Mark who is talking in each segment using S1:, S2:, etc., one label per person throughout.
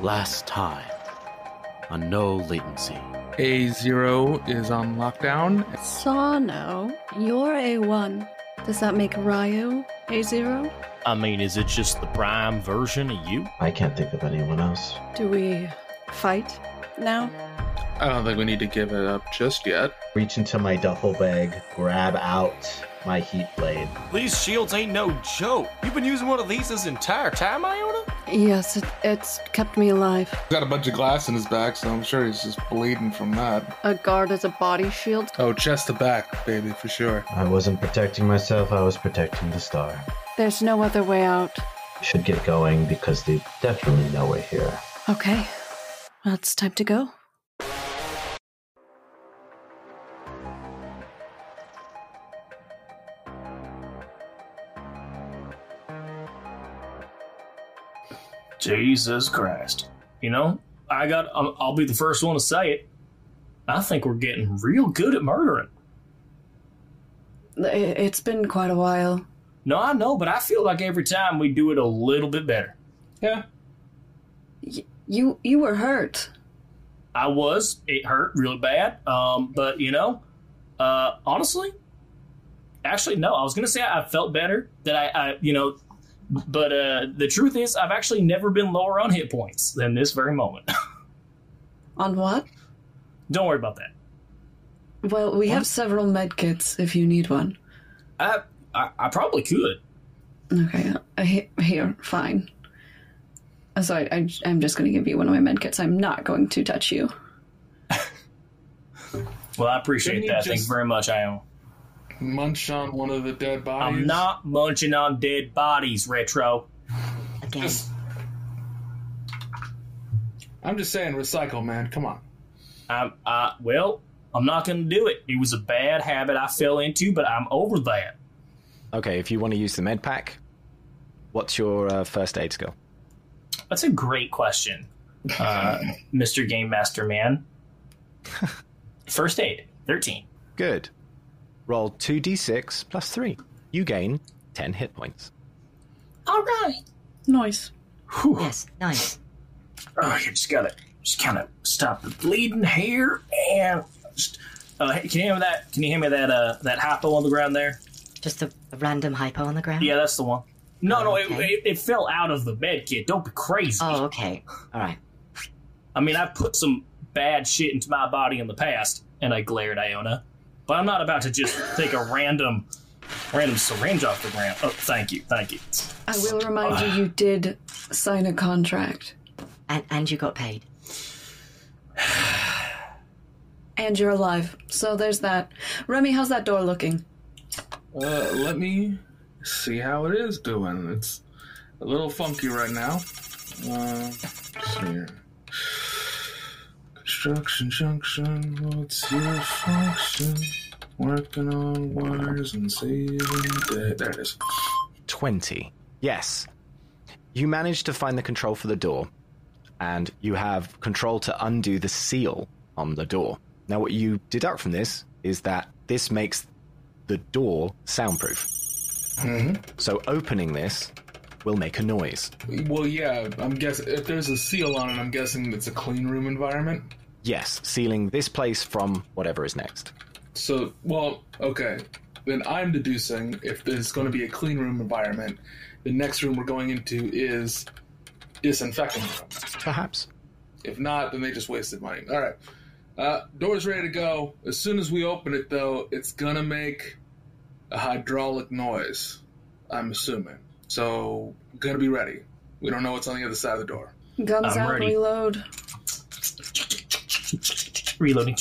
S1: last time on no latency.
S2: A0 is on lockdown.
S3: Sano, you're A1. Does that make Ryo A0?
S4: I mean, is it just the prime version of you?
S5: I can't think of anyone else.
S3: Do we fight now?
S2: I don't think we need to give it up just yet.
S5: Reach into my duffel bag, grab out my heat blade.
S6: These shields ain't no joke. You've been using one of these this entire time, Iona?
S3: Yes, it, it's kept me alive.
S2: He's got a bunch of glass in his back, so I'm sure he's just bleeding from that.
S3: A guard as a body shield.
S2: Oh, chest to back, baby, for sure.
S5: I wasn't protecting myself, I was protecting the star.
S3: There's no other way out.
S5: Should get going because they definitely know we're here.
S3: Okay, well, it's time to go.
S4: Jesus Christ. You know, I got, I'll I'll be the first one to say it. I think we're getting real good at murdering.
S3: I- It's been quite a while.
S4: No, I know, but I feel like every time we do it a little bit better. Yeah.
S3: You you were hurt.
S4: I was. It hurt really bad. Um, but you know, uh, honestly, actually, no. I was gonna say I felt better. That I, I you know, but uh, the truth is, I've actually never been lower on hit points than this very moment.
S3: On what?
S4: Don't worry about that.
S3: Well, we have several med kits if you need one.
S4: I, I, I probably could.
S3: Okay, uh, he- here, fine. Uh, Sorry, I, I'm just going to give you one of my med kits. I'm not going to touch you.
S4: Well, I appreciate
S2: Didn't you
S4: that. Thanks
S2: just-
S4: very much, Ion.
S2: Munch on one of the dead bodies.
S4: I'm not munching on dead bodies, Retro.
S7: Again.
S2: Just. I'm just saying, recycle, man. Come on.
S4: I'm, I, well, I'm not gonna do it. It was a bad habit I fell into, but I'm over that.
S8: Okay, if you want to use the med pack, what's your uh, first aid skill?
S4: That's a great question, uh, Mr. Game Master Man. First aid, 13.
S8: Good. Roll 2d6 plus 3. You gain 10 hit points.
S4: All right.
S3: Noise.
S4: Whew.
S7: Yes, nice.
S4: Oh, you just gotta just kind of stop the bleeding here and. Just, uh, hey, can you hand me that? Can you hand me that? Uh, that hypo on the ground there.
S7: Just a, a random hypo on the ground.
S4: Yeah, that's the one. No, no, it,
S7: Uh-huh. Okay.
S4: it, it fell out of the bed, kid. Don't be crazy.
S7: Oh, okay. All right.
S4: I mean, I put some bad shit into my body in the past, and I glared Iona. But I'm not about to just take a random, random syringe off the ground. Oh, thank you, thank you.
S3: I will remind you, you did sign a contract,
S7: And and you got paid.
S3: and you're alive. So there's that. Remy, how's that door looking?
S2: Uh, let me see how it is doing. It's a little funky right now. Uh, let's see here. Construction junction, what's your function? Working on wires and saving day. There it is.
S8: 20. Yes. You manage to find the control for the door, and you have control to undo the seal on the door. Now, what you deduct from this is that this makes the door soundproof. So, opening this will make a noise.
S2: Well, yeah, I'm guessing if there's a seal on it, I'm guessing it's a clean room environment.
S8: Yes, sealing this place from whatever is next.
S2: So, well, okay. Then I'm deducing if there's going to be a clean room environment, the next room we're going into is disinfecting room.
S8: Perhaps.
S2: If not, then they just wasted money. All right. Uh, door's ready to go. As soon as we open it, though, it's going to make a hydraulic noise, I'm assuming. So, going to be ready. We don't know what's on the other side of the door.
S3: Guns
S4: I'm
S3: out,
S4: ready.
S3: reload.
S4: Reloading.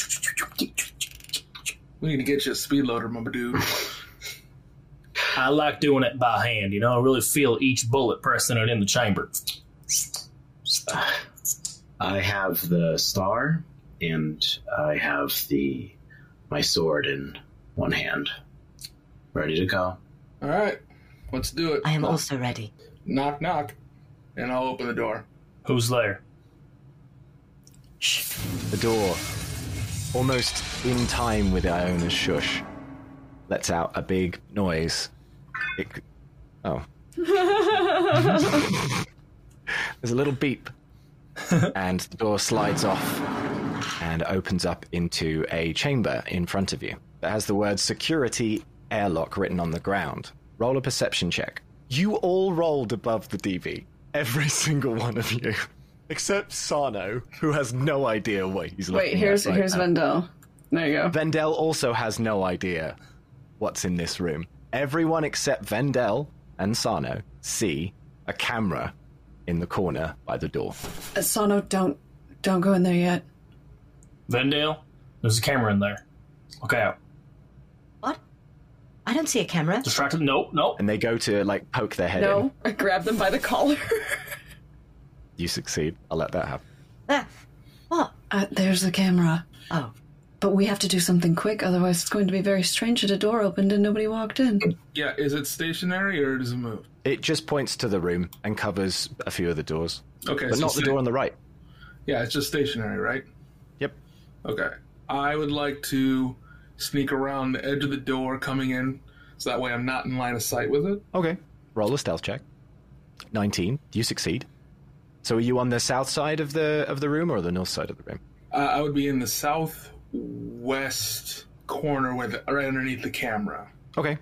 S2: We need to get you a speed loader, my dude.
S4: I like doing it by hand. You know, I really feel each bullet pressing it in the chamber.
S5: I have the star, and I have the my sword in one hand, ready to go.
S2: All right. Let's do it.
S7: I am also ready.
S2: Knock, knock. And I'll open the door.
S4: Who's there?
S8: The door, almost in time with Iona's shush, lets out a big noise. It, c- oh. There's a little beep. and the door slides off and opens up into a chamber in front of you that has the word security airlock written on the ground. Roll a perception check. You all rolled above the DV, every single one of you, except Sano, who has no idea what he's looking
S3: Wait, here's
S8: at. right
S3: here's
S8: now.
S3: Vendel. There you go.
S8: Vendel also has no idea what's in this room. Everyone except Vendel and Sano see a camera in the corner by the door.
S3: Uh, Sano, don't don't go in there yet.
S4: Vendale, there's a camera in there. Look out.
S7: What? I don't see a camera.
S4: Distracted. Nope, nope.
S8: And they go to like poke their head in.
S3: No, I grabbed them by the collar.
S8: You succeed. I'll let that happen.
S7: Ah, what?
S3: uh, there's the camera.
S7: Oh,
S3: But we have to do something quick, otherwise it's going to be very strange that a door opened and nobody walked in.
S2: Yeah, is it stationary or does it move?
S8: It just points to the room and covers a few of the doors,
S2: Okay,
S8: but
S2: so
S8: not the
S2: sta-
S8: door on the right.
S2: Yeah, it's just stationary, right?
S8: Yep.
S2: Okay. I would like to sneak around the edge of the door coming in, so that way I'm not in line of sight with it.
S8: Okay. Roll a stealth check. 19. You succeed. So are you on the south side of the of the room or the north side of the room?
S2: Uh, I would be in the southwest corner with right underneath the camera,
S8: Okay.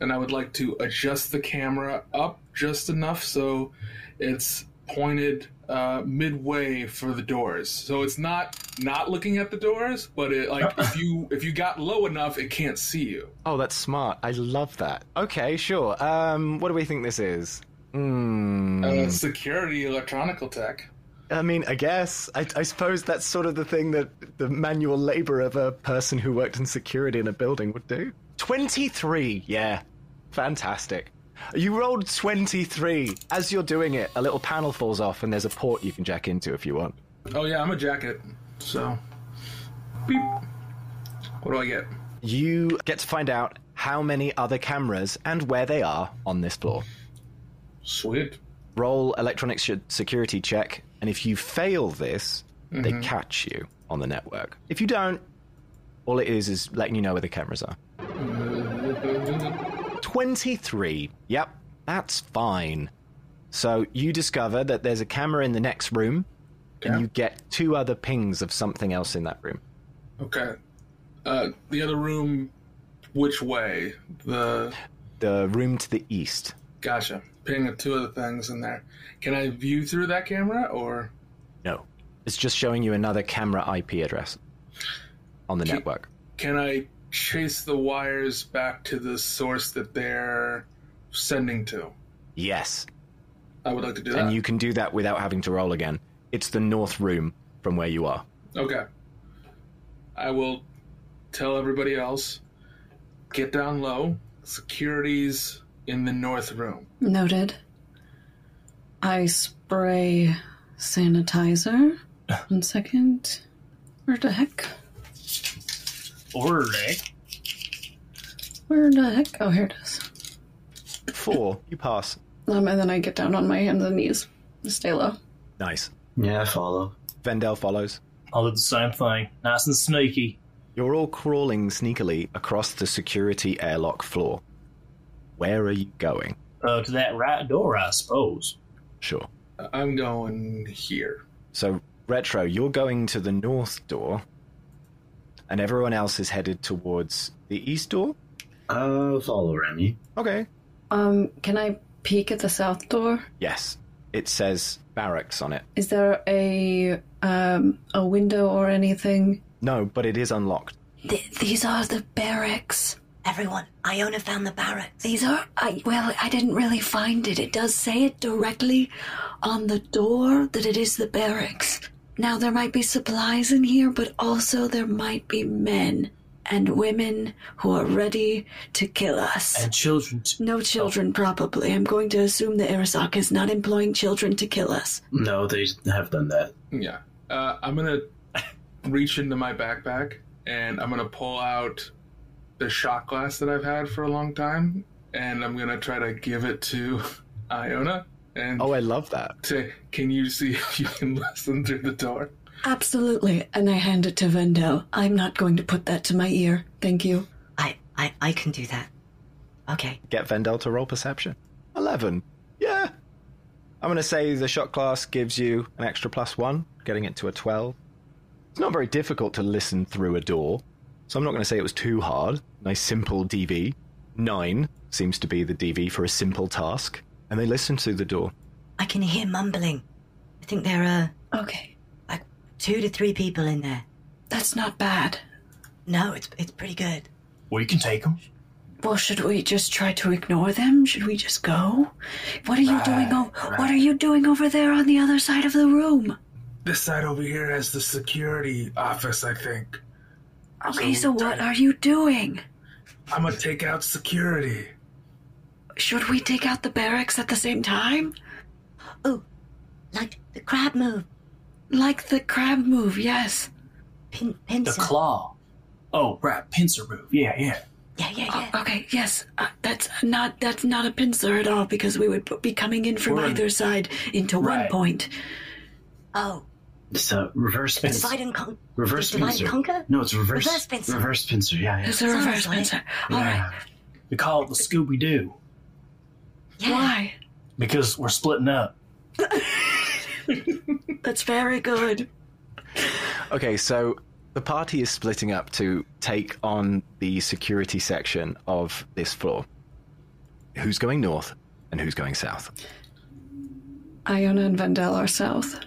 S2: and I would like to adjust the camera up just enough so it's pointed uh, midway for the doors. So it's not not looking at the doors, but it like if you if you got low enough, it can't see you.
S8: Oh, that's smart. I love that. Okay, sure. Um, what do we think this is? Hmm.
S2: Uh, security electronical tech.
S8: I mean, I guess. I, I suppose that's sort of the thing that the manual labor of a person who worked in security in a building would do. 23, yeah. Fantastic. You rolled 23. As you're doing it, a little panel falls off, and there's a port you can jack into if you want.
S2: Oh yeah, I'm a jacket. So, beep. What do I get?
S8: You get to find out how many other cameras and where they are on this floor.
S2: Sweet.
S8: roll electronic sh- security check, and if you fail this, they
S2: Mm-hmm.
S8: catch you on the network. If you don't, all it is is letting you know where the cameras are. 23. Yep, that's fine. So you discover that there's a camera in the next room, and
S2: Yeah.
S8: you get two other pings of something else in that room.
S2: Okay. Uh, the other room, which way? The
S8: The room to the east.
S2: gotcha. Ping of two other things in there. Can I view through that camera, or
S8: No. It's just showing you another camera IP address on the
S2: Can-
S8: network.
S2: can I chase the wires back to the source that they're sending to?
S8: Yes.
S2: I would like to do that.
S8: and you can do that without having to roll again. It's the north room from where you are.
S2: Okay. I will tell everybody else. Get down low. Security's in the north room.
S3: Noted. I spray sanitizer. One second. Where the heck?
S4: Order.
S3: Where the heck? Oh, here it is.
S8: Four, you pass.
S3: Um, and then I get down on my hands and knees. Stay low.
S8: Nice.
S5: Yeah, I follow.
S8: Vendel follows.
S4: I'll do the same thing. Nice and sneaky.
S8: You're all crawling sneakily across the security airlock floor. Where are you going?
S4: Uh, to that right door, I suppose.
S8: Sure.
S2: I'm going here.
S8: So, Retro, you're going to the north door, and everyone else is headed towards the east door?
S5: Uh, follow Remy.
S8: Okay.
S3: Um, can I peek at the south door?
S8: Yes. It says barracks on it.
S3: Is there a um a window or anything?
S8: No, but it is unlocked.
S3: Th- these are the barracks.
S7: everyone, Iona found the barracks.
S3: These are I well, I didn't really find it. It does say it directly on the door that it is the barracks. Now there might be supplies in here, but also there might be men and women who are ready to kill us.
S4: And children. T-
S3: No children, probably. I'm going to assume that Arasaka is not employing children to kill us.
S5: No, they have done that.
S2: Yeah. Uh, I'm going to reach into my backpack and I'm going to pull out the shot glass that I've had for a long time and I'm going to try to give it to Iona and
S8: Oh, I love that.
S2: say, Can you see if you can listen through the door?
S3: Absolutely, and I hand it to Vendel. I'm not going to put that to my ear. Thank you.
S7: I, I, I can do that. Okay.
S8: Get Vendel to roll perception. 11. Yeah. I'm going to say the shot class gives you an extra plus one, getting it to a 12. It's not very difficult to listen through a door, so I'm not going to say it was too hard. Nice simple DV. Nine seems to be the DV for a simple task, and they listen through the door.
S7: I can hear mumbling. I think there are
S3: Okay,
S7: like two to three people in there.
S3: that's not bad.
S7: No, it's it's pretty good.
S4: We can take them.
S3: Well, should we just try to ignore them? Should we just go? What are you doing? O- What are you doing over there on the other side of the room?
S2: This side over here has the security office, I think.
S3: Okay, so what are you doing?
S2: I'm gonna take out security.
S3: Should we take out the barracks at the same time?
S7: Like the crab move,
S3: Like the crab move, yes.
S7: pin
S4: The
S7: pincer.
S4: claw. Oh, right, pincer move. Yeah, yeah.
S7: yeah, yeah,
S3: O-
S7: yeah.
S3: okay, yes. Uh, that's not that's not a pincer at all because we would be coming in from
S4: We're in-
S3: either side into one
S4: Right.
S3: point.
S7: Oh,
S5: It's a reverse
S4: It's-
S5: pincer.
S7: divide and con-
S5: Reverse
S7: divide
S5: pincer.
S7: and conquer.
S5: No, it's reverse.
S7: Reverse pincer.
S5: Reverse pincer. Yeah, yeah.
S3: It's a reverse
S7: Sounds like-
S3: pincer. All right.
S5: yeah.
S4: We call it the Scooby Doo
S7: Yeah.
S3: Why?
S4: because we're splitting up.
S3: That's very good.
S8: Okay, so the party is splitting up to take on the security section of this floor. Who's going north and who's going south?
S3: Iona and Vandel are south.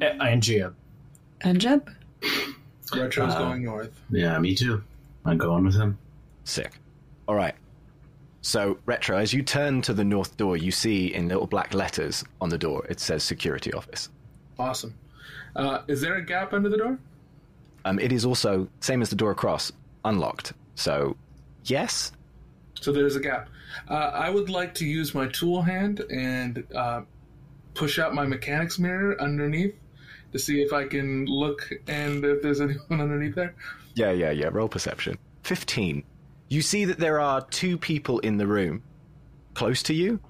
S4: Eh, And Jib.
S3: And Jeb?
S2: Retro's
S5: Uh,
S2: going north.
S5: Yeah, me too. I'm going with him.
S8: Sick. All right. So, Retro, as you turn to the north door, you see in little black letters on the door, it says security office.
S2: Awesome. Uh, is there a gap under the door?
S8: Um, it is also, same as the door across, unlocked. So, yes,
S2: So there's a gap. Uh, I would like to use my tool hand and uh, push out my mechanics mirror underneath to see if I can look and if there's anyone underneath there.
S8: Yeah, yeah, yeah. Roll perception. 15. You see that there are two people in the room close to you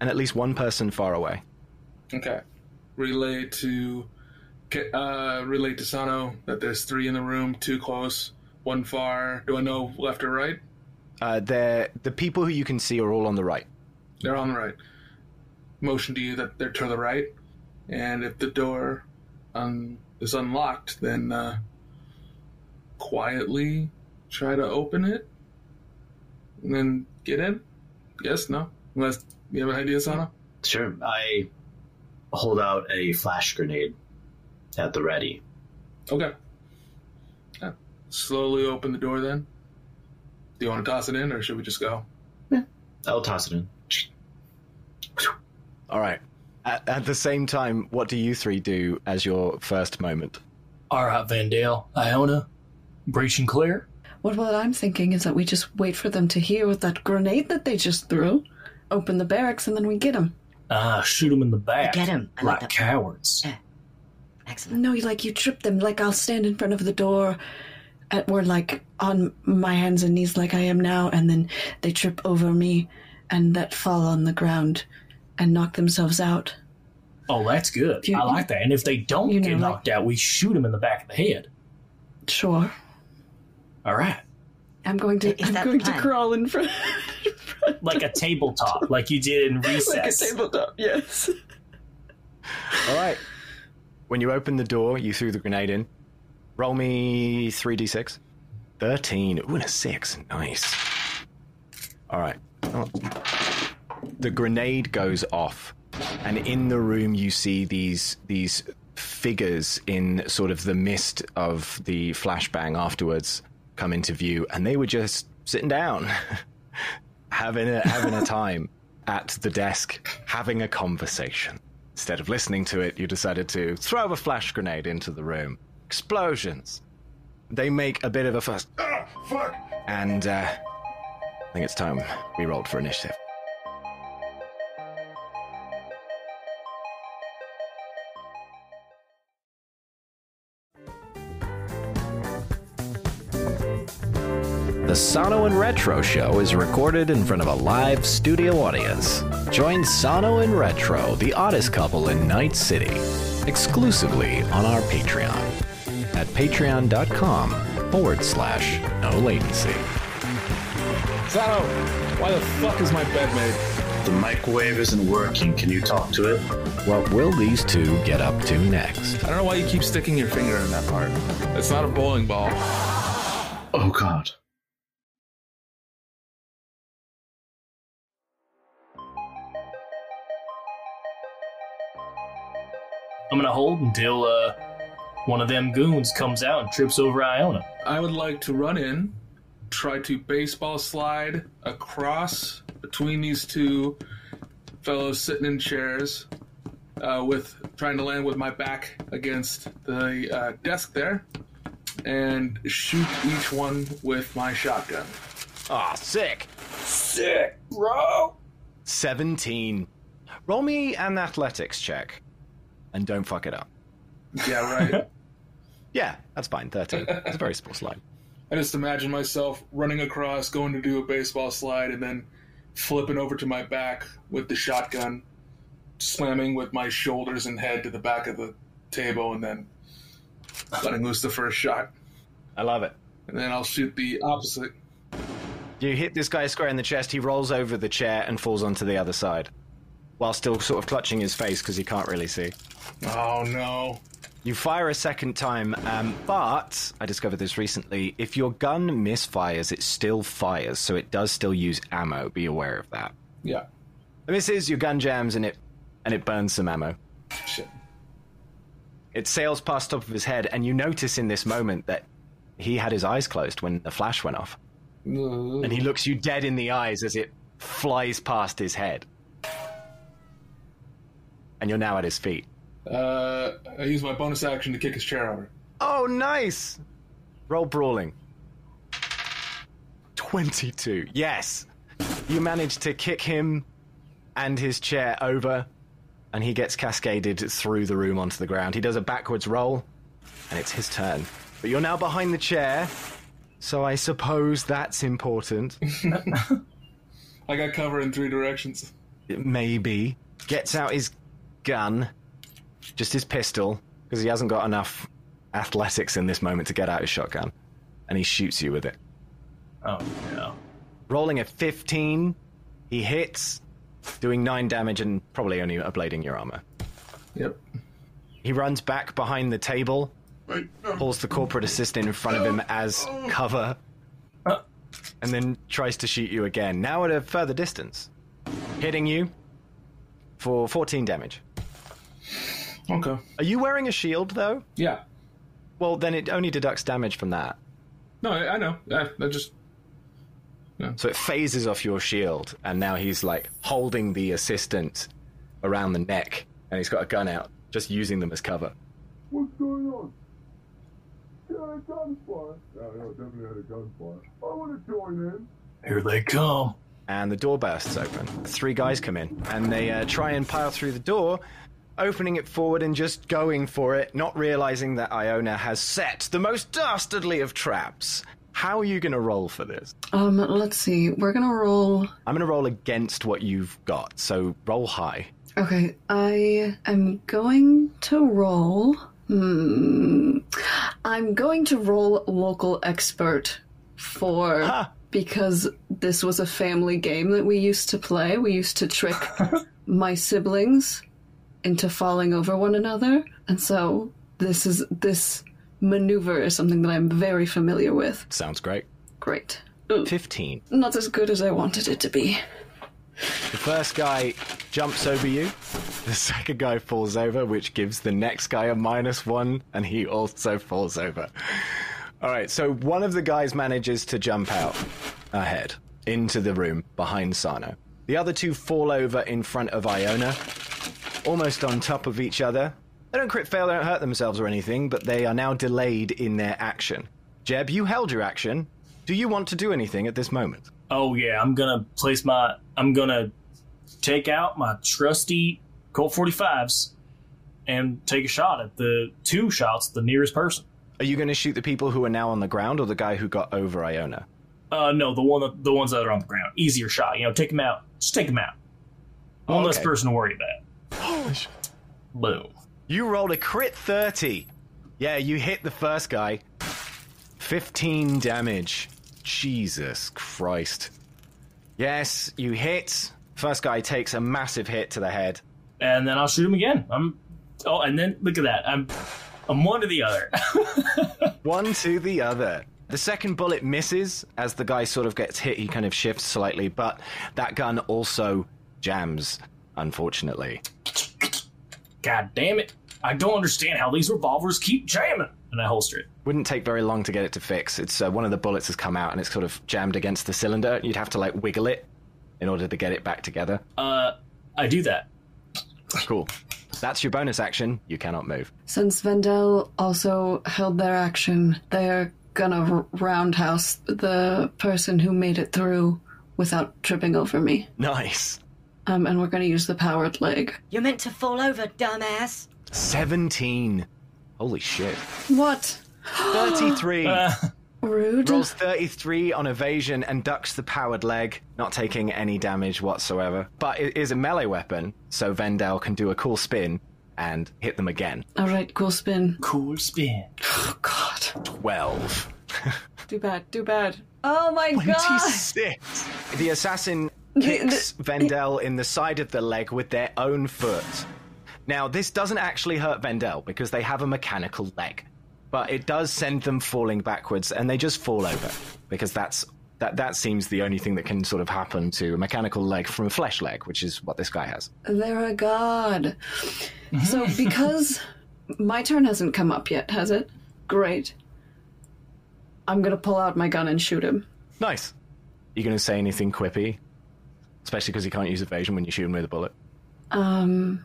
S8: and at least one person far away.
S2: Okay. Relay to ca- uh, relay to Sano that there's three in the room, two close, one far. Do I know left or right?
S8: Uh, they're, the people who you can see are all on the right.
S2: They're on the right. Motion to you that they're to the right, and if the door um, is unlocked, then uh, quietly try to open it, and then get in. Yes, no, unless you have an idea, Sana.
S5: Sure. I hold out a flash grenade at the ready.
S2: Okay. Yeah. Slowly open the door. Then, do you want to toss it in, or should we just go?
S5: I'll toss it in.
S8: All right. At, at the same time, what do you three do as your first moment?
S4: All right, Vandale, Iona, breach and clear.
S9: What what I'm thinking is that we just wait for them to hear with that grenade that they just threw, open the barracks, and then we get them.
S4: Ah, shoot them in the back.
S7: Get 'em. I like
S4: like
S7: that.
S4: cowards.
S7: Excellent.
S9: No, you like you trip them. Like I'll stand in front of the door, at, or like on my hands and knees, like I am now, and then they trip over me, and that fall on the ground, and knock themselves out.
S4: Oh, that's good.
S9: You-
S4: I like that. And if they don't
S9: you
S4: get
S9: know,
S4: knocked out, we shoot them in the back of the head.
S9: Sure,
S4: All right,
S9: I'm going to.
S7: Is that
S9: I'm
S7: the
S9: going to
S7: plan?
S9: crawl in front,
S4: like a tabletop, like you did in
S9: like a
S4: recess.
S9: tabletop. Yes.
S8: All right. When you open the door, you threw the grenade in. Roll me 3d6. 13. Ooh, and a 6. Nice. All right. Oh. The grenade goes off, and in the room you see these these figures in sort of the mist of the flashbang afterwards come into view, and they were just sitting down, having a, having a time at the desk, having a conversation. Instead of listening to it, you decided to throw a flash grenade into the room. Explosions. They make a bit of a fuss. Ah, fuck! And uh, I think it's time we rolled for initiative.
S10: The Sano and Retro Show is recorded in front of a live studio audience. Join Sano and Retro, the oddest couple in Night City, exclusively on our Patreon at patreon.com forward slash no latency.
S2: Sano, why the fuck is my bed made?
S5: The microwave isn't working. Can you talk to it?
S10: What will these two get up to next?
S2: I don't know why you keep sticking your finger in that part. It's not a bowling ball.
S5: Oh, God.
S4: I'm gonna hold until uh, one of them goons comes out and trips over Iona.
S2: I would like to run in, try to baseball slide across between these two fellows sitting in chairs, uh, with trying to land with my back against the uh, desk there, and shoot each one with my shotgun.
S8: Ah, sick.
S4: Sick, bro.
S8: 17. Roll me an athletics check. And don't fuck it up.
S2: Yeah, right.
S8: Yeah, that's fine. 13. It's a very small slide.
S2: I just imagine myself running across, going to do a baseball slide, and then flipping over to my back with the shotgun, slamming with my shoulders and head to the back of the table, and then letting loose the first shot.
S8: I love it.
S2: And then I'll shoot the opposite.
S8: You hit this guy square in the chest, he rolls over the chair and falls onto the other side, while still sort of clutching his face because he can't really see.
S2: Oh no.
S8: You fire a second time, um, but I discovered this recently. If your gun misfires, it still fires, so it does still use ammo. Be aware of that.
S2: Yeah.
S8: The miss is your gun jams and it and it burns some ammo.
S2: Shit.
S8: It sails past top of his head, and you notice in this moment that he had his eyes closed when the flash went off,
S2: And
S8: and he looks you dead in the eyes as it flies past his head, and you're now at his feet.
S2: Uh, I use my bonus action to kick his chair over.
S8: Oh, nice! Roll brawling. 22. Yes! You manage to kick him and his chair over, and he gets cascaded through the room onto the ground. He does a backwards roll, and it's his turn. But you're now behind the chair, so I suppose that's important.
S2: I got cover in three directions.
S8: Maybe. Gets out his gun, just his pistol, because he hasn't got enough athletics in this moment to get out his shotgun, and he shoots you with it.
S4: Oh no.
S8: Rolling a 15, he hits, doing 9 damage and probably only ablating your armor.
S2: Yep.
S8: He runs back behind the table, pulls the corporate assistant in front of him as cover, and then tries to shoot you again, now at a further distance, hitting you for 14 damage.
S2: Okay.
S8: Are you wearing a shield, though?
S2: Yeah.
S8: Well, then it only deducts damage from that.
S2: No, I, I know. I, I just
S8: So it phases off your shield, and now he's like holding the assistant around the neck, and he's got a gun out, just using them as cover.
S11: What's going on? Can I had a gunfight? Yeah, yeah, definitely had a gunfight. I want to join in.
S4: Here they come.
S8: And the door bursts open. Three guys come in, and they uh, try and pile through the door, opening it forward and just going for it, not realizing that Iona has set the most dastardly of traps. How are you going to roll for this?
S9: Um, let's see. We're gonna roll.
S8: I'm going to roll against what you've got, so roll high.
S9: Okay, I am going to roll. Hmm. I'm going to roll local expert for because this was a family game that we used to play. We used to trick my siblings into falling over one another, and so this is this maneuver is something that I'm very familiar with.
S8: Sounds great.
S9: Great.
S8: 15.
S9: Not as good as I wanted it to be.
S8: The first guy jumps over you. The second guy falls over, which gives the next guy a minus one, and he also falls over. All right, so one of the guys manages to jump out ahead into the room behind Sano. The other two fall over in front of Iona, almost on top of each other. They don't crit fail, they don't hurt themselves or anything, but they are now delayed in their action. Jeb, you held your action. Do you want to do anything at this moment?
S4: Oh yeah, I'm gonna place my. I'm gonna take out my trusty Colt 45s and take a shot at the two shots at the nearest person.
S8: Are you going to shoot the people who are now on the ground or the guy who got over Iona?
S4: Uh, no, the one that, the ones that are on the ground. Easier shot. You know, take them out. Just take them out. One less
S8: Okay.
S4: person to worry about. Boom.
S8: You rolled a crit 30. Yeah, you hit the first guy. 15 damage. Jesus Christ. Yes, you hit. First guy takes a massive hit to the head.
S4: and then I'll shoot him again. I'm oh, and then look at that. I'm I'm one to the other.
S8: One to the other. The second bullet misses as the guy sort of gets hit. He kind of shifts slightly, but that gun also jams, unfortunately.
S4: God damn it! I don't understand how these revolvers keep jamming. And I holster it.
S8: Wouldn't take very long to get it to fix. It's uh, one of the bullets has come out and it's sort of jammed against the cylinder. You'd have to like wiggle it in order to get it back together.
S4: Uh, I do that.
S8: Cool. That's your bonus action. You cannot move.
S9: Since Vendel also held their action, they're gonna r- roundhouse the person who made it through without tripping over me.
S8: Nice.
S9: Um, and we're gonna use the powered leg.
S7: You're meant to fall over, dumbass.
S8: 17. Holy shit.
S9: What?
S8: 33.
S4: Uh,
S9: Rude.
S8: Rolls 33 on evasion and ducks the powered leg, not taking any damage whatsoever. But it is a melee weapon, so Vendel can do a cool spin and hit them again.
S9: All right, cool spin.
S4: Cool spin.
S8: 12.
S9: Do bad. Do bad. Oh my god.
S8: The assassin kicks Vendel in the side of the leg with their own foot. Now, this doesn't actually hurt Vendel because they have a mechanical leg, but it does send them falling backwards, and they just fall over because that's that. That seems the only thing that can sort of happen to a mechanical leg from a flesh leg, which is what this guy has.
S9: They're a god. So because my turn hasn't come up yet, has it? Great. I'm gonna pull out my gun and shoot him.
S8: Nice. You going to say anything quippy? Especially because you can't use evasion when you shoot him with a bullet.
S9: Um,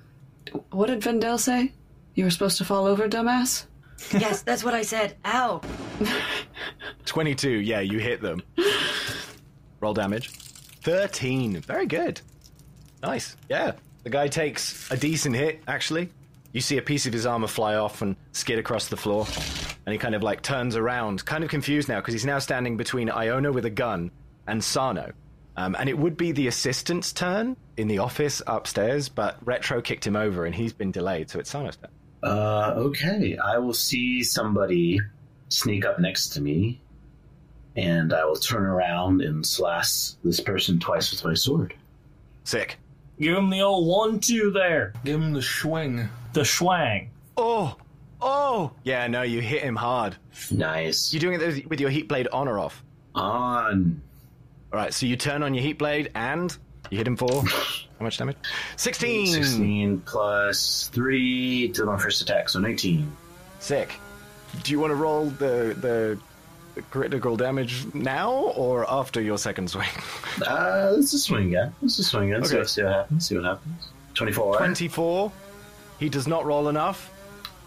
S9: what did Vendel say? You were supposed to fall over, dumbass.
S7: yes, that's what I said. Ow.
S8: 22, yeah, you hit them. Roll damage. 13, very good. Nice, yeah. The guy takes a decent hit, actually. You see a piece of his armor fly off and skid across the floor, and he kind of like turns around, kind of confused now, because he's now standing between Iona with a gun and Sano. Um, and it would be the assistant's turn in the office upstairs, but Retro kicked him over and he's been delayed, so it's Sano's turn.
S5: Uh, okay. I will see somebody sneak up next to me, and I will turn around and slash this person twice with my sword.
S8: Sick.
S4: Give him the old one-two there.
S2: Give him the swing.
S4: The schwang.
S8: Oh, oh! Yeah, no, you hit him hard.
S5: Nice.
S8: You're doing it with your heat blade on or off?
S5: On.
S8: All right, so you turn on your heat blade and you hit him for how much damage? 16.
S5: 16 plus 3 to my first attack, so 19.
S8: Sick. Do you want to roll the, the the critical damage now or after your second swing?
S5: Uh, let's just swing again. Let's just swing again.
S8: Okay.
S5: Okay. See what happens. See what happens. 24.
S8: 24. He does not roll enough,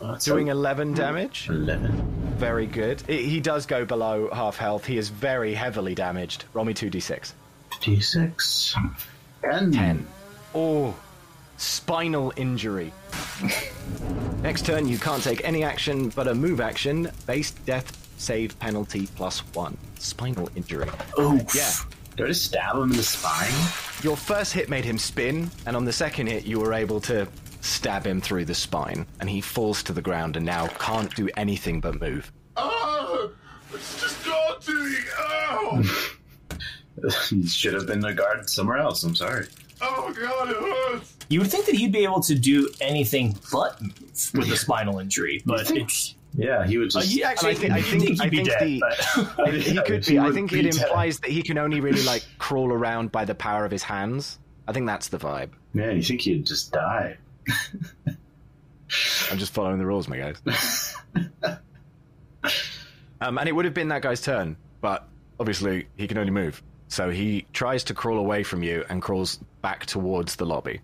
S5: That's
S8: doing
S5: a-
S8: 11 damage.
S5: 11.
S8: Very good. I he does go below half health. He is very heavily damaged. Roll me 2d6.
S5: D6. And
S8: 10. Oh, spinal injury. Next turn, you can't take any action but a move action, base death save penalty plus one. Spinal injury.
S5: Oh,
S8: Yeah.
S5: Do I just stab him in the spine?
S8: Your first hit made him spin, and on the second hit, you were able to stab him through the spine, and he falls to the ground and now can't do anything but move.
S11: Oh, it's just gone to me. Oh,
S5: You should have been a guard somewhere else. I'm sorry.
S11: oh God, it hurts.
S4: You would think that he'd be able to do anything but move with a spinal injury, but it's
S5: Yeah, he would
S4: uh,
S5: just.
S4: you actually.
S8: I think- I
S4: you'd
S8: think-
S4: he'd
S8: I
S4: be
S8: think
S4: dead,
S8: the-
S4: but-
S8: It- he
S5: Yeah,
S8: could
S5: he
S8: be. I
S5: would
S8: think
S5: be
S8: it
S5: dead.
S8: implies that he can only really like crawl around by the power of his hands. I think that's the vibe.
S5: Man, you think he'd just die?
S8: I'm just following the rules, my guys. um, and it would have been that guy's turn, but obviously he can only move. So he tries to crawl away from you and crawls back towards the lobby.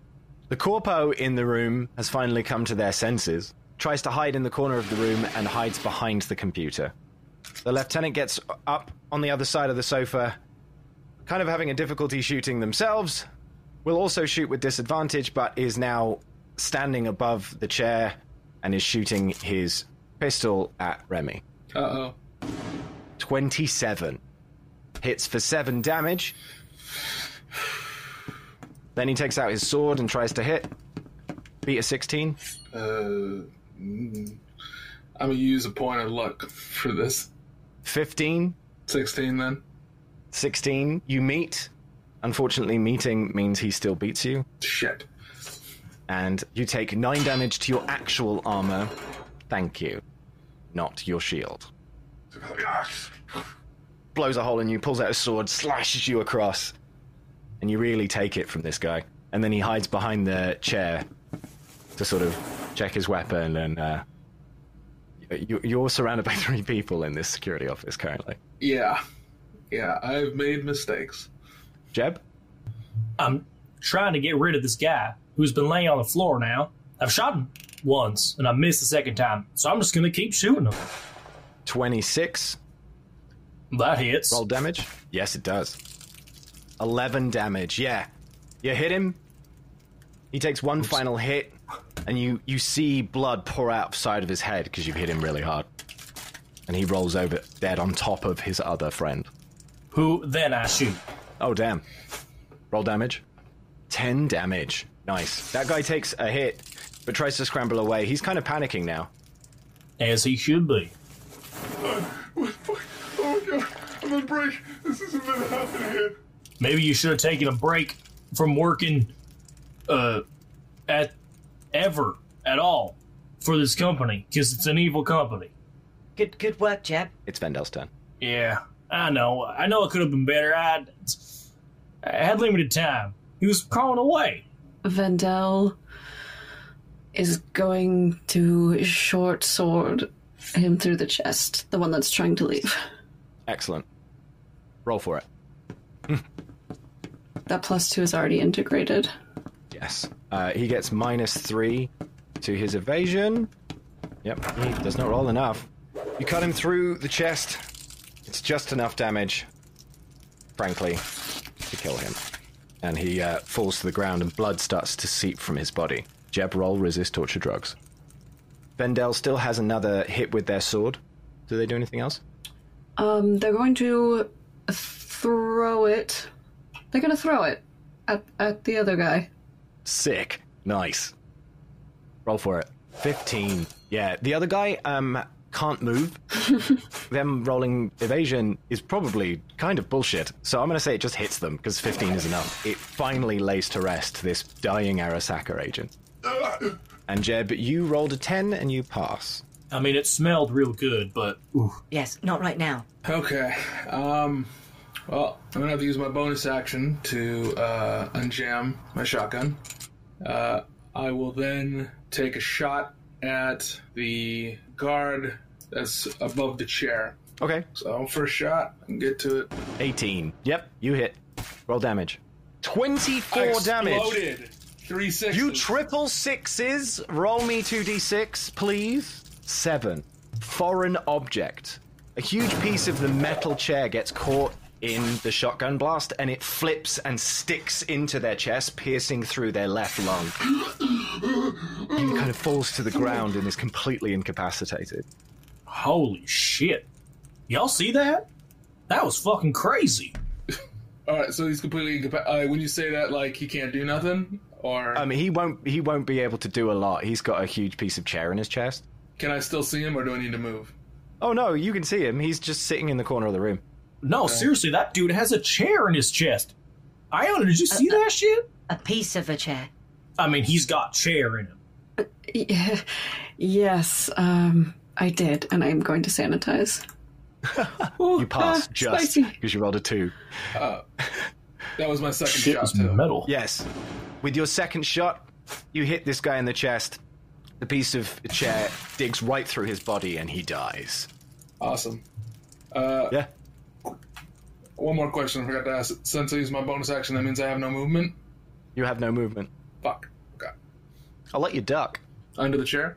S8: The corpo in the room has finally come to their senses, tries to hide in the corner of the room, and hides behind the computer. The lieutenant gets up on the other side of the sofa, kind of having a difficulty shooting themselves, will also shoot with disadvantage, but is now standing above the chair and is shooting his pistol at Remy.
S2: Uh oh.
S8: 27. Hits for 7 damage. Then he takes out his sword and tries to hit. Beat a 16.
S2: Uh, mm. I'm gonna use a point of luck for this.
S8: 15.
S2: 16 then.
S8: 16. You meet. Unfortunately, meeting means he still beats you.
S2: Shit.
S8: And you take nine damage to your actual armor. Thank you. Not your shield. Blows a hole in you, pulls out a sword, slashes you across. And you really take it from this guy. And then he hides behind the chair to sort of check his weapon. And uh, you, you're surrounded by three people in this security office currently.
S2: Yeah. Yeah, I've made mistakes.
S8: Jeb?
S4: I'm trying to get rid of this guy who's been laying on the floor now. I've shot him once and I missed the second time, so I'm just going to keep shooting him.
S8: 26.
S4: That hits.
S8: Roll damage? Yes, it does. 11 damage, yeah. You hit him. He takes one final hit, and you, you see blood pour out the side of his head because you've hit him really hard. And he rolls over dead on top of his other friend.
S4: Who then I shoot.
S8: Oh, damn. Roll damage. 10 damage. Nice. That guy takes a hit, but tries to scramble away. He's kind of panicking now.
S4: As he should be.
S11: Oh my god, I'm on break. This isn't gonna happen here.
S4: Maybe you should have taken a break from working uh, at ever at all for this company because it's an evil company.
S7: Good, good work, Jeb.
S8: It's Vendel's turn.
S4: Yeah, I know. I know it could have been better. I, I had limited time. He was crawling away.
S9: Vendel is going to short sword him through the chest, the one that's trying to leave.
S8: Excellent. Roll for it.
S9: That plus two is already integrated.
S8: Yes. Uh, he gets minus three to his evasion. Yep, he does not roll enough. You cut him through the chest. It's just enough damage, frankly, to kill him. And he uh, falls to the ground and blood starts to seep from his body. Jeb, roll, resist, torture, drugs. Vendel still has another hit with their sword. Do they do anything else?
S9: Um, they're going to throw it. They're going to throw it at, at the other guy.
S8: Sick. Nice. Roll for it. 15. Yeah, the other guy um, can't move. them rolling evasion is probably kind of bullshit. So I'm going to say it just hits them because 15 is enough. It finally lays to rest this dying Arasaka agent. And Jeb, you rolled a 10 and you pass.
S4: I mean, it smelled real good, but
S7: Yes, not right now.
S2: Okay. Um, well, I'm gonna have to use my bonus action to uh, unjam my shotgun. Uh, I will then take a shot at the guard that's above the chair.
S8: Okay.
S2: So first shot, I can get to it.
S8: 18. Yep, you hit. Roll damage. 24
S2: I
S8: damage.
S2: Exploded. Three sixes.
S8: You triple sixes. Roll me 2d6, please. Seven. Foreign object. A huge piece of the metal chair gets caught in the shotgun blast and it flips and sticks into their chest, piercing through their left lung. he kind of falls to the ground and is completely incapacitated.
S4: holy shit. Y'all see that? That was fucking crazy.
S2: All right, so he's completely incapacitated. Uh, when you say that, like he can't do nothing, or
S8: Um, he won't. He won't be able to do a lot. He's got a huge piece of chair in his chest.
S2: can I still see him, or do I need to move?
S8: Oh no, you can see him. He's just sitting in the corner of the room.
S4: No, seriously, that dude has a chair in his chest. Iona, did you see that shit?
S7: A piece of a chair.
S4: I mean, he's got chair in him.
S9: Yeah. Yes, um, I did, and I'm going to sanitize.
S8: You pass
S9: ah,
S8: just
S9: spicy.
S8: because you rolled a two.
S2: That was my second
S4: Shit
S2: shot
S4: was
S2: too.
S4: metal.
S8: Yes. With your second shot, you hit this guy in the chest. The piece of chair digs right through his body and he dies.
S2: Awesome. Uh,
S8: Yeah.
S2: One more question I forgot to ask. Since I used my bonus action, that means I have no movement.
S8: You have no movement.
S2: Fuck. Okay.
S8: I'll let you duck.
S2: Under the chair.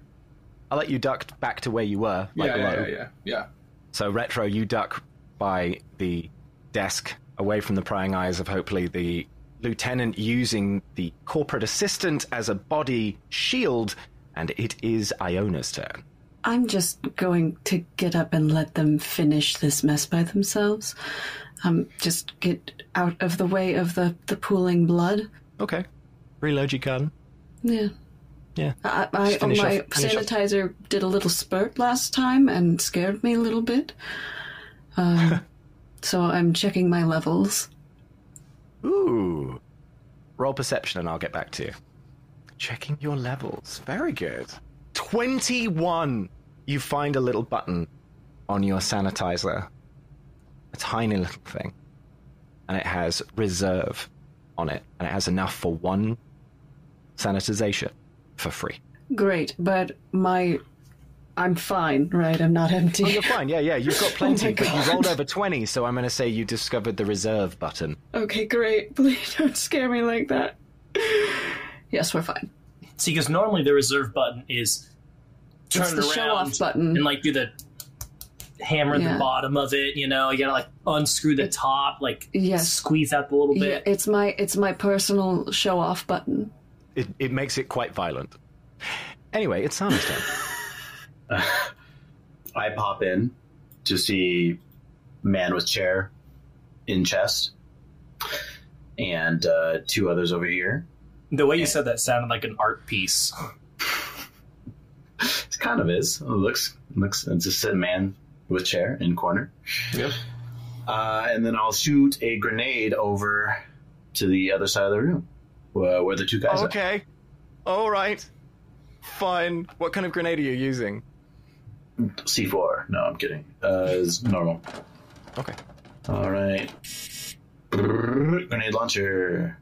S8: I'll let you duck back to where you were. Like
S2: yeah,
S8: below.
S2: yeah, yeah, yeah, yeah.
S8: So retro, you duck by the desk, away from the prying eyes of hopefully the lieutenant, using the corporate assistant as a body shield, and it is Iona's turn.
S9: I'm just going to get up and let them finish this mess by themselves. Um, just get out of the way of the, the pooling blood.
S8: Okay, reload your gun.
S9: Yeah.
S8: Yeah.
S9: I, I,
S8: Just
S9: oh,
S8: finish
S9: my
S8: off- finish off.
S9: sanitizer did a little spurt last time and scared me a little
S3: Um,
S9: bit. Uh, so I'm checking my levels.
S8: Ooh. Roll perception and I'll get back to you. Checking your levels. Very good. 21. You find a little button on your sanitizer. A tiny little thing. And it has reserve on it. And it has enough for one sanitization for free.
S3: Great, but my. I'm fine, right? I'm not empty.
S8: Oh, you're fine. Yeah, yeah. You've got
S3: Oh
S8: plenty,
S3: my
S8: but you
S3: God.
S8: rolled over 20, so I'm going to say you discovered the reserve button.
S3: Okay, great. Please don't scare me like that. Yes, we're fine.
S4: See, because normally the reserve button is turn
S3: It's the
S4: around
S3: show-off button.
S4: and like do the hammer
S3: Mm-hmm. Yeah.
S4: the bottom of it. You know, you gotta like unscrew the top, like
S3: Yes.
S4: squeeze out the little
S3: Yeah,
S4: bit.
S3: it's my it's my personal show off button.
S8: It, it makes it quite violent. Anyway, it's Sana's turn.
S11: I pop in to see man with chair in chest, and uh, two others over here.
S4: The way you said that sounded like an art piece.
S11: It kind of is. It looks looks. It's just a man with chair in corner.
S2: Yep.
S11: Uh, and then I'll shoot a grenade over to the other side of the room, uh, where, where the two guys. Are.
S8: Oh, Okay. All right. Fine. What kind of grenade are you using?
S11: C four. No, I'm kidding. Uh, it's normal.
S8: Okay.
S11: All right. Brrr, Grenade launcher.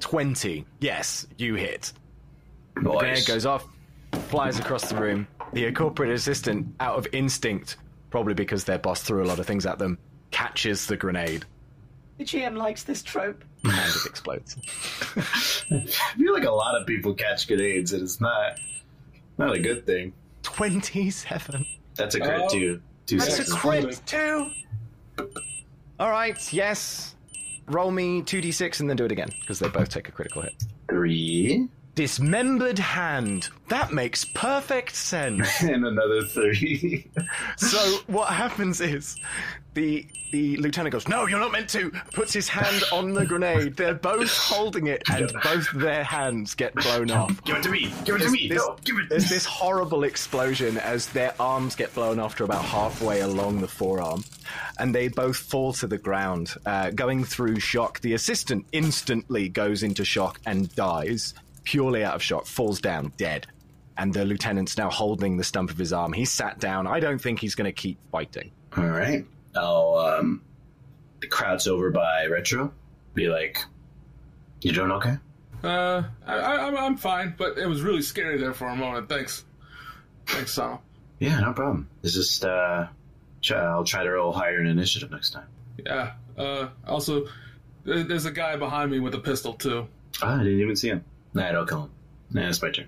S8: 20. Yes, you hit. The
S11: Nice.
S8: grenade goes off, flies across the room. The corporate assistant, out of instinct, probably because their boss threw a lot of things at them, catches the grenade
S12: The GM likes this trope.
S8: and it explodes.
S11: I feel like a lot of people catch grenades, and it's not not a good thing.
S8: 27.
S11: That's a crit
S8: Oh.
S11: too. Two sixes.
S8: too. All right. Yes. Roll me two d six and then do it again because they both take a critical hit.
S11: Three.
S8: Dismembered hand. That makes perfect sense.
S11: and another three.
S8: so what happens is the the lieutenant goes, "No, you're not meant to." Puts his hand on the grenade. They're both holding it, and both their hands get blown off.
S4: Give it to me. Give it to
S8: There's
S4: me.
S8: this-
S4: No, give it.
S8: There's this horrible explosion as their arms get blown off to about halfway along the forearm, and they both fall to the ground. Uh, going through shock, the assistant instantly goes into shock and dies purely out of shock, falls down dead. And the lieutenant's now holding the stump of his arm. He's sat down. I don't think he's going to keep fighting.
S11: All right. I'll um, crouch over by Retro. Be like, "You doing okay?"
S2: Uh, I, I, I'm- I'm fine, but it was really scary there for a moment. Thanks. Thanks, Sal.
S11: Yeah, no problem. It's just uh, try, I'll try to roll higher in initiative next time.
S2: Yeah. Uh, also, there- there's a guy behind me with a pistol, too.
S11: Ah, I didn't even see him. Nah, I don't kill him. Nah, it's my turn.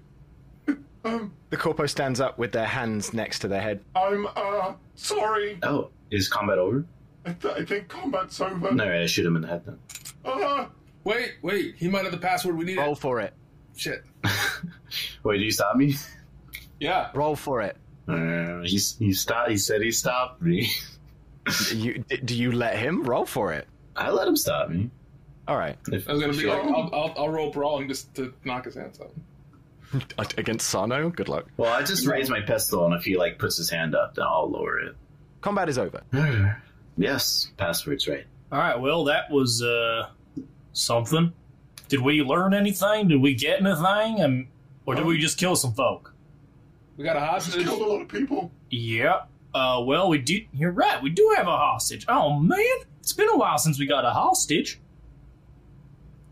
S8: The corpo stands up with their hands next to their head.
S13: I'm, uh, sorry.
S11: Oh, is combat over?
S13: I, th- I think combat's over.
S11: No, I shoot him in the head then.
S13: Uh,
S2: Wait, wait. He might have the password we need. Roll
S8: for it.
S2: Shit.
S11: Wait, do you stop me?
S2: Yeah.
S8: Roll for it.
S11: Uh, he's he stopped. He said he stopped me.
S8: you, d- do you let him roll for it?
S11: I let him stop me.
S8: All right.
S2: I was going to be like, I'll, I'll, I'll roll brawling just to knock his hands out.
S8: Against Sano? Good luck.
S11: Well, I just raise my pistol, and if he like puts his hand up, then I'll lower it.
S8: Combat is over.
S11: Yes, password's right.
S4: All right. Well, that was uh, something. Did we learn anything? Did we get anything? And or did we just kill some folk?
S2: We got a hostage.
S13: killed a lot of people.
S4: Yep. Uh, well, we do. You're right. We do have a hostage. Oh man, it's been a while since we got a hostage.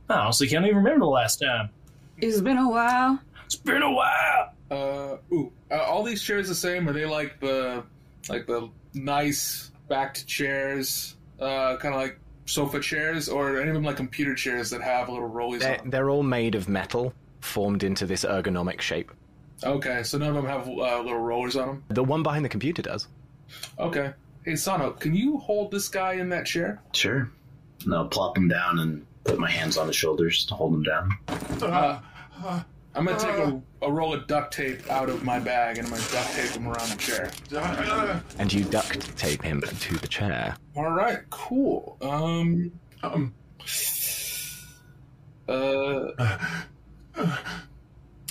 S4: I honestly can't even remember the last time.
S3: It's been a while.
S4: It's been a while.
S2: Uh, ooh. Uh, all these chairs the same? Are they like the, like the nice backed chairs, uh, kind of like sofa chairs, or are any of them like computer chairs that have little rollies on
S8: They're, they're all made of metal, formed into this ergonomic shape.
S2: Okay, so none of them have uh, little rollers on them.
S8: The one behind the computer does.
S2: Okay. Hey, Sano, can you hold this guy in that chair?
S11: Sure. And I'll plop him down and put my hands on his shoulders to hold him down.
S2: Uh, I'm gonna take a, a roll of duct tape out of my bag and I'm gonna duct tape him around the chair.
S11: uh,
S8: And you duct tape him to the chair.
S2: All right, cool. Um, um, uh,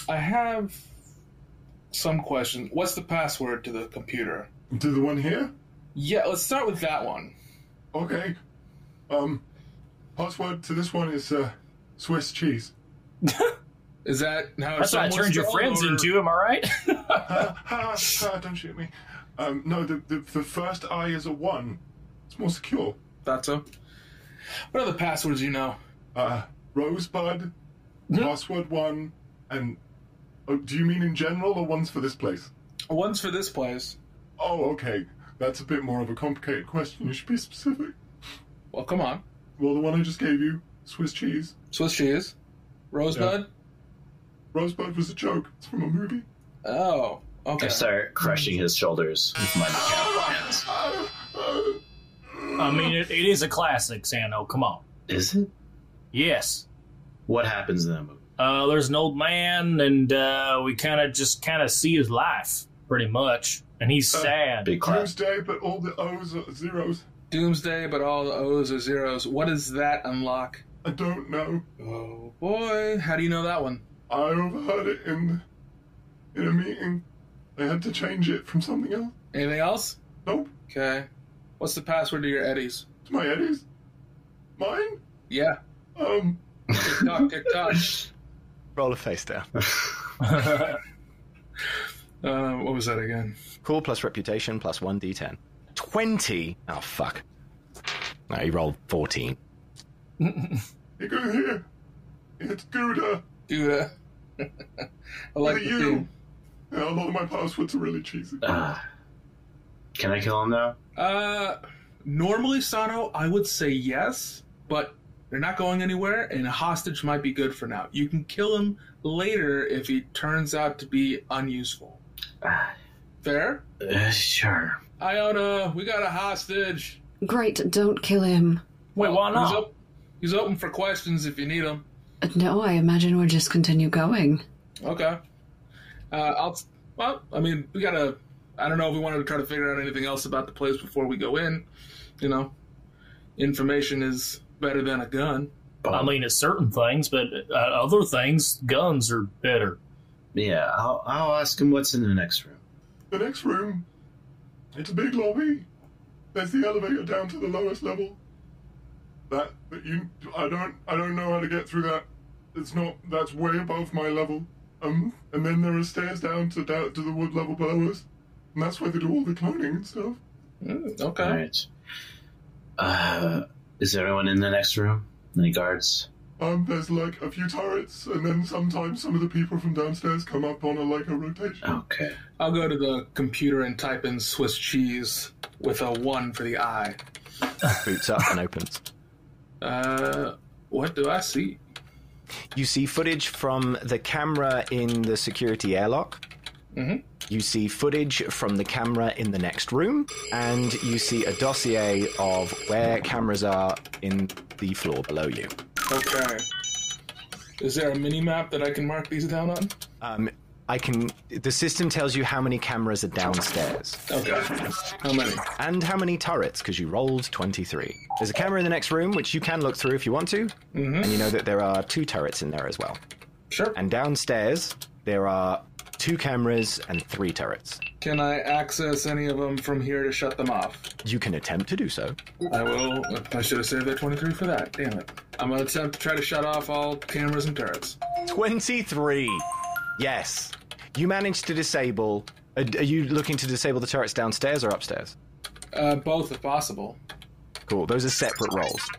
S2: I have some questions. What's the password to the computer?
S13: To the one here?
S2: Yeah, let's start with that one.
S13: Okay. Um,
S11: Password to this one is uh, Swiss cheese.
S2: Is that how
S4: That's what I
S2: someone's
S4: turned your
S2: spelled,
S4: friends
S2: or-
S4: into. Am I right?
S11: ha, ha, ha, don't shoot me. Um, no, the, the the first I is a one. It's more secure.
S2: That's so. What are the passwords you know?
S11: Uh, Rosebud, password one, and oh, do you mean in general or ones for this place?
S2: One's for this place.
S11: Oh, okay. That's a bit more of a complicated question. You should be specific.
S2: Well, come on.
S11: Well, the one I just gave you, Swiss cheese.
S2: Swiss cheese. Rosebud.
S11: Rosebud was a joke. It's from a movie.
S2: Oh, okay.
S5: I start crushing his shoulders with my mechanical hands.
S4: I mean, it, it is a classic, Sano. Come on.
S5: Is it?
S4: Yes.
S5: What happens in that movie?
S4: Uh, there's an old man, and uh, we kind of just kind of see his life, pretty much. And he's sad.
S11: Tuesday, but all the O's are zeros.
S2: Doomsday, but all the O's are zeros. What does that unlock?
S11: I don't know.
S2: Oh boy, how do you know that one?
S11: I overheard it in in a meeting. I had to change it from something else.
S2: Anything else?
S11: Nope.
S2: Okay. What's the password to your Eddies?
S11: It's my Eddie's. Mine?
S2: Yeah.
S11: Um,
S2: Tick tock, tick tock.
S8: Roll a face down.
S2: Uh, what was that again?
S8: Cool plus reputation plus 1d10. 20! Oh, fuck. No, he rolled 14.
S11: you go here. It's Gouda.
S2: Gouda. uh, I like
S11: Look at
S2: the
S11: you.
S2: theme.
S11: Yeah, a lot of my passwords are really cheesy.
S5: Ah. Can I kill him now?
S2: Uh, normally, Sano, I would say yes, but they're not going anywhere, and a hostage might be good for now. You can kill him later if he turns out to be unuseful.
S5: Ah,
S2: Fair?
S5: uh, sure.
S2: Iona, we got a hostage. Oh,
S9: Great, don't kill him.
S4: Wait, why
S2: He's,
S4: not?
S2: op- he's open for questions if you need him.
S9: Uh, No, I imagine we'll just continue going.
S2: Okay. Uh, I'll. Well, I mean, we gotta. I don't know if we wanted to try to figure out anything else about the place before we go in. You know, information is better than a gun.
S4: I mean, it's certain things, but uh, other things, guns are better.
S5: Yeah, I'll, I'll ask him what's in the next room.
S11: The next room, it's a big lobby. There's the elevator down to the lowest level. That, but you, I don't, I don't know how to get through that. It's not. That's way above my level. Um, and then there are stairs down to down to the wood level below us, and that's where they do all the cloning and stuff.
S2: Mm, okay.
S5: All right. Uh, is everyone in the next room? Any guards?
S11: Um, there's like a few turrets, and then sometimes some of the people from downstairs come up on a like a rotation.
S5: Okay.
S2: I'll go to the computer and type in Swiss cheese with a one for the eye.
S8: Boots up and opens.
S2: Uh, what do I see?
S8: You see footage from the camera in the security airlock.
S2: Mhm.
S8: You see footage from the camera in the next room, and you see a dossier of where cameras are in the floor below you.
S2: Okay. Is there a mini map that I can mark these down on?
S8: Um, I can. The system tells you how many cameras are downstairs
S2: Okay. How many?
S8: and how many turrets because you rolled twenty-three. There's a camera in the next room which you can look through if you want to,
S2: Mm-hmm.
S8: and you know that there are two turrets in there as well.
S2: Sure.
S8: And downstairs there are two cameras and three turrets.
S2: Can I access any of them from here to shut them off?
S8: You can attempt to do so.
S2: I will. I should have saved that 23 for that. Damn it. I'm going to attempt to try to shut off all cameras and turrets.
S8: 23. Yes. You managed to disable. Are, are you looking to disable the turrets downstairs or upstairs?
S2: Uh, both if possible.
S8: Cool. Those are separate rolls.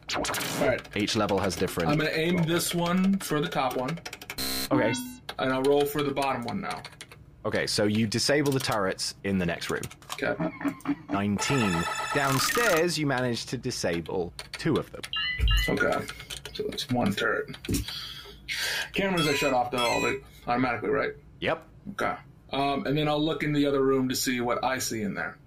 S2: Alright.
S8: Each level has different.
S2: I'm going to aim this one for the top one,
S8: okay.
S2: and I'll roll for the bottom one now.
S8: Okay, so you disable the turrets in the next room.
S2: Okay.
S8: 19. Downstairs, you managed to disable two of them.
S2: Okay. So it's one turret. Cameras I shut off, though, all they automatically, right?
S8: Yep.
S2: Okay. Um, and then I'll look in the other room to see what I see in there.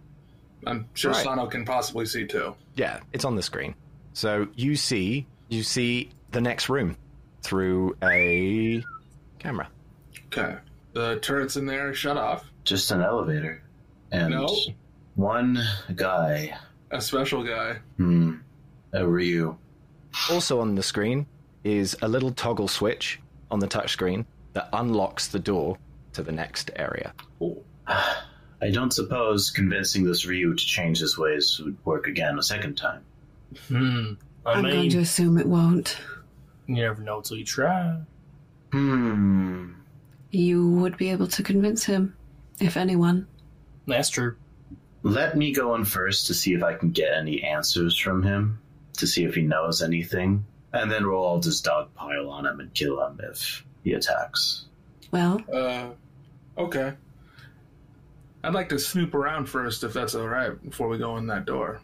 S2: I'm sure
S8: Right.
S2: Sano can possibly see too.
S8: Yeah, it's on the screen. So you see, you see the next room through a camera.
S2: Okay. The turrets in there shut off.
S5: Just an elevator. And
S2: No.
S5: one guy.
S2: A special guy.
S5: Hmm. A Ryu.
S8: Also on the screen is a little toggle switch on the touchscreen that unlocks the door to the next area.
S2: Ooh.
S5: I don't suppose convincing this Ryu to change his ways would work again a second time.
S4: Hmm. I
S9: I'm
S4: mean,
S9: going to assume it won't.
S4: you never know till you try.
S5: Hmm.
S9: You would be able to convince him, if anyone.
S4: That's true.
S5: Let me go in first to see if I can get any answers from him, to see if he knows anything, and then we'll all just dogpile on him and kill him if he attacks.
S9: Well,
S2: Uh, okay. I'd like to snoop around first, if that's all right, before we go in that door.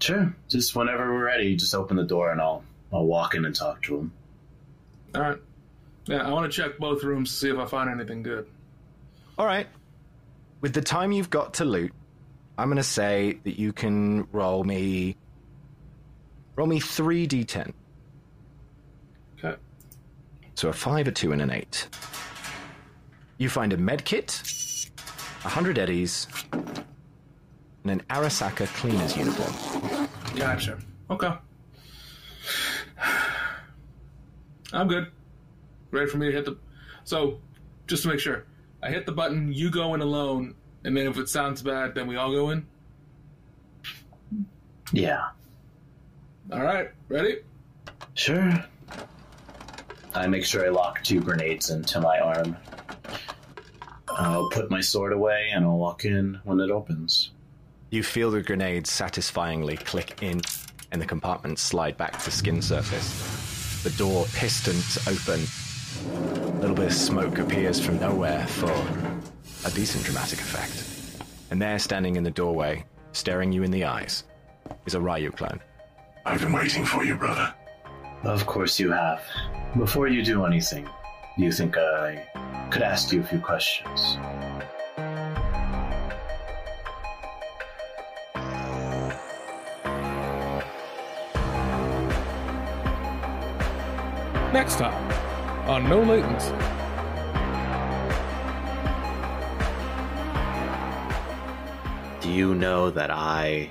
S5: Sure. Just whenever we're ready, just open the door and I'll I'll walk in and talk to him.
S2: All right. Yeah, I want to check both rooms to see if I find anything good.
S8: All right. With the time you've got to loot, I'm going to say that you can roll me roll me 3d10.
S2: Okay.
S8: So a 5 a 2 and an 8. You find a med kit, 100 eddies, and an Arasaka cleaner's uniform.
S2: Gotcha. Okay. I'm good. Ready for me to hit the. So, just to make sure, I hit the button, you go in alone, and then if it sounds bad, then we all go in?
S5: Yeah.
S2: All right. Ready?
S5: Sure. I make sure I lock two grenades into my arm. I'll put my sword away and I'll walk in when it opens.
S8: You feel the grenades satisfyingly click in, and the compartment slide back to skin surface. The door pistons open. A little bit of smoke appears from nowhere for a decent dramatic effect. And there, standing in the doorway, staring you in the eyes, is a Ryu clone.
S11: I've been waiting for you, brother.
S5: Of course you have. Before you do anything, do you think I could ask you a few questions?
S14: Next time on No Latency.
S5: Do you know that I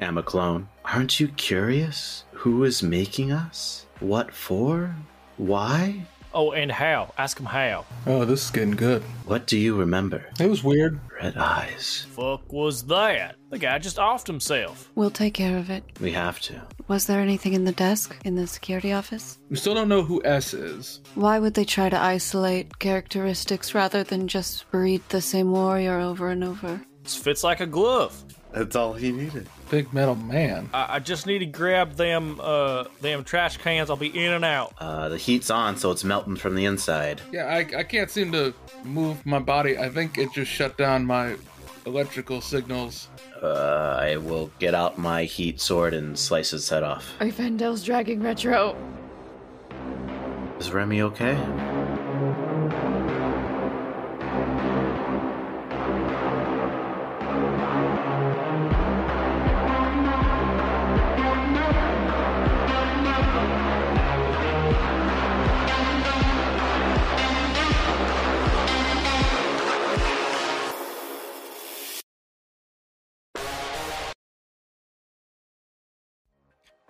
S5: am a clone? Aren't you curious? Who is making us? What for? Why?
S4: Oh, and how? Ask him how.
S2: Oh, this is getting good.
S5: What do you remember?
S2: It was weird.
S5: Red eyes.
S4: Fuck was that? The guy just offed himself.
S9: We'll take care of it.
S5: We have to.
S9: Was there anything in the desk in the security office?
S2: We still don't know who S is.
S9: Why would they try to isolate characteristics rather than just breed the same warrior over and over?
S4: This fits like a glove.
S15: That's all he needed.
S2: Big metal man.
S4: I, I just need to grab them, uh, them trash cans. I'll be in and out.
S5: Uh, the heat's on, so it's melting from the inside.
S2: Yeah, I, I can't seem to move my body. I think it just shut down my electrical signals.
S5: Uh, I will get out my heat sword and slice his head off.
S16: Vandel's dragging Retro.
S5: Is Remy okay?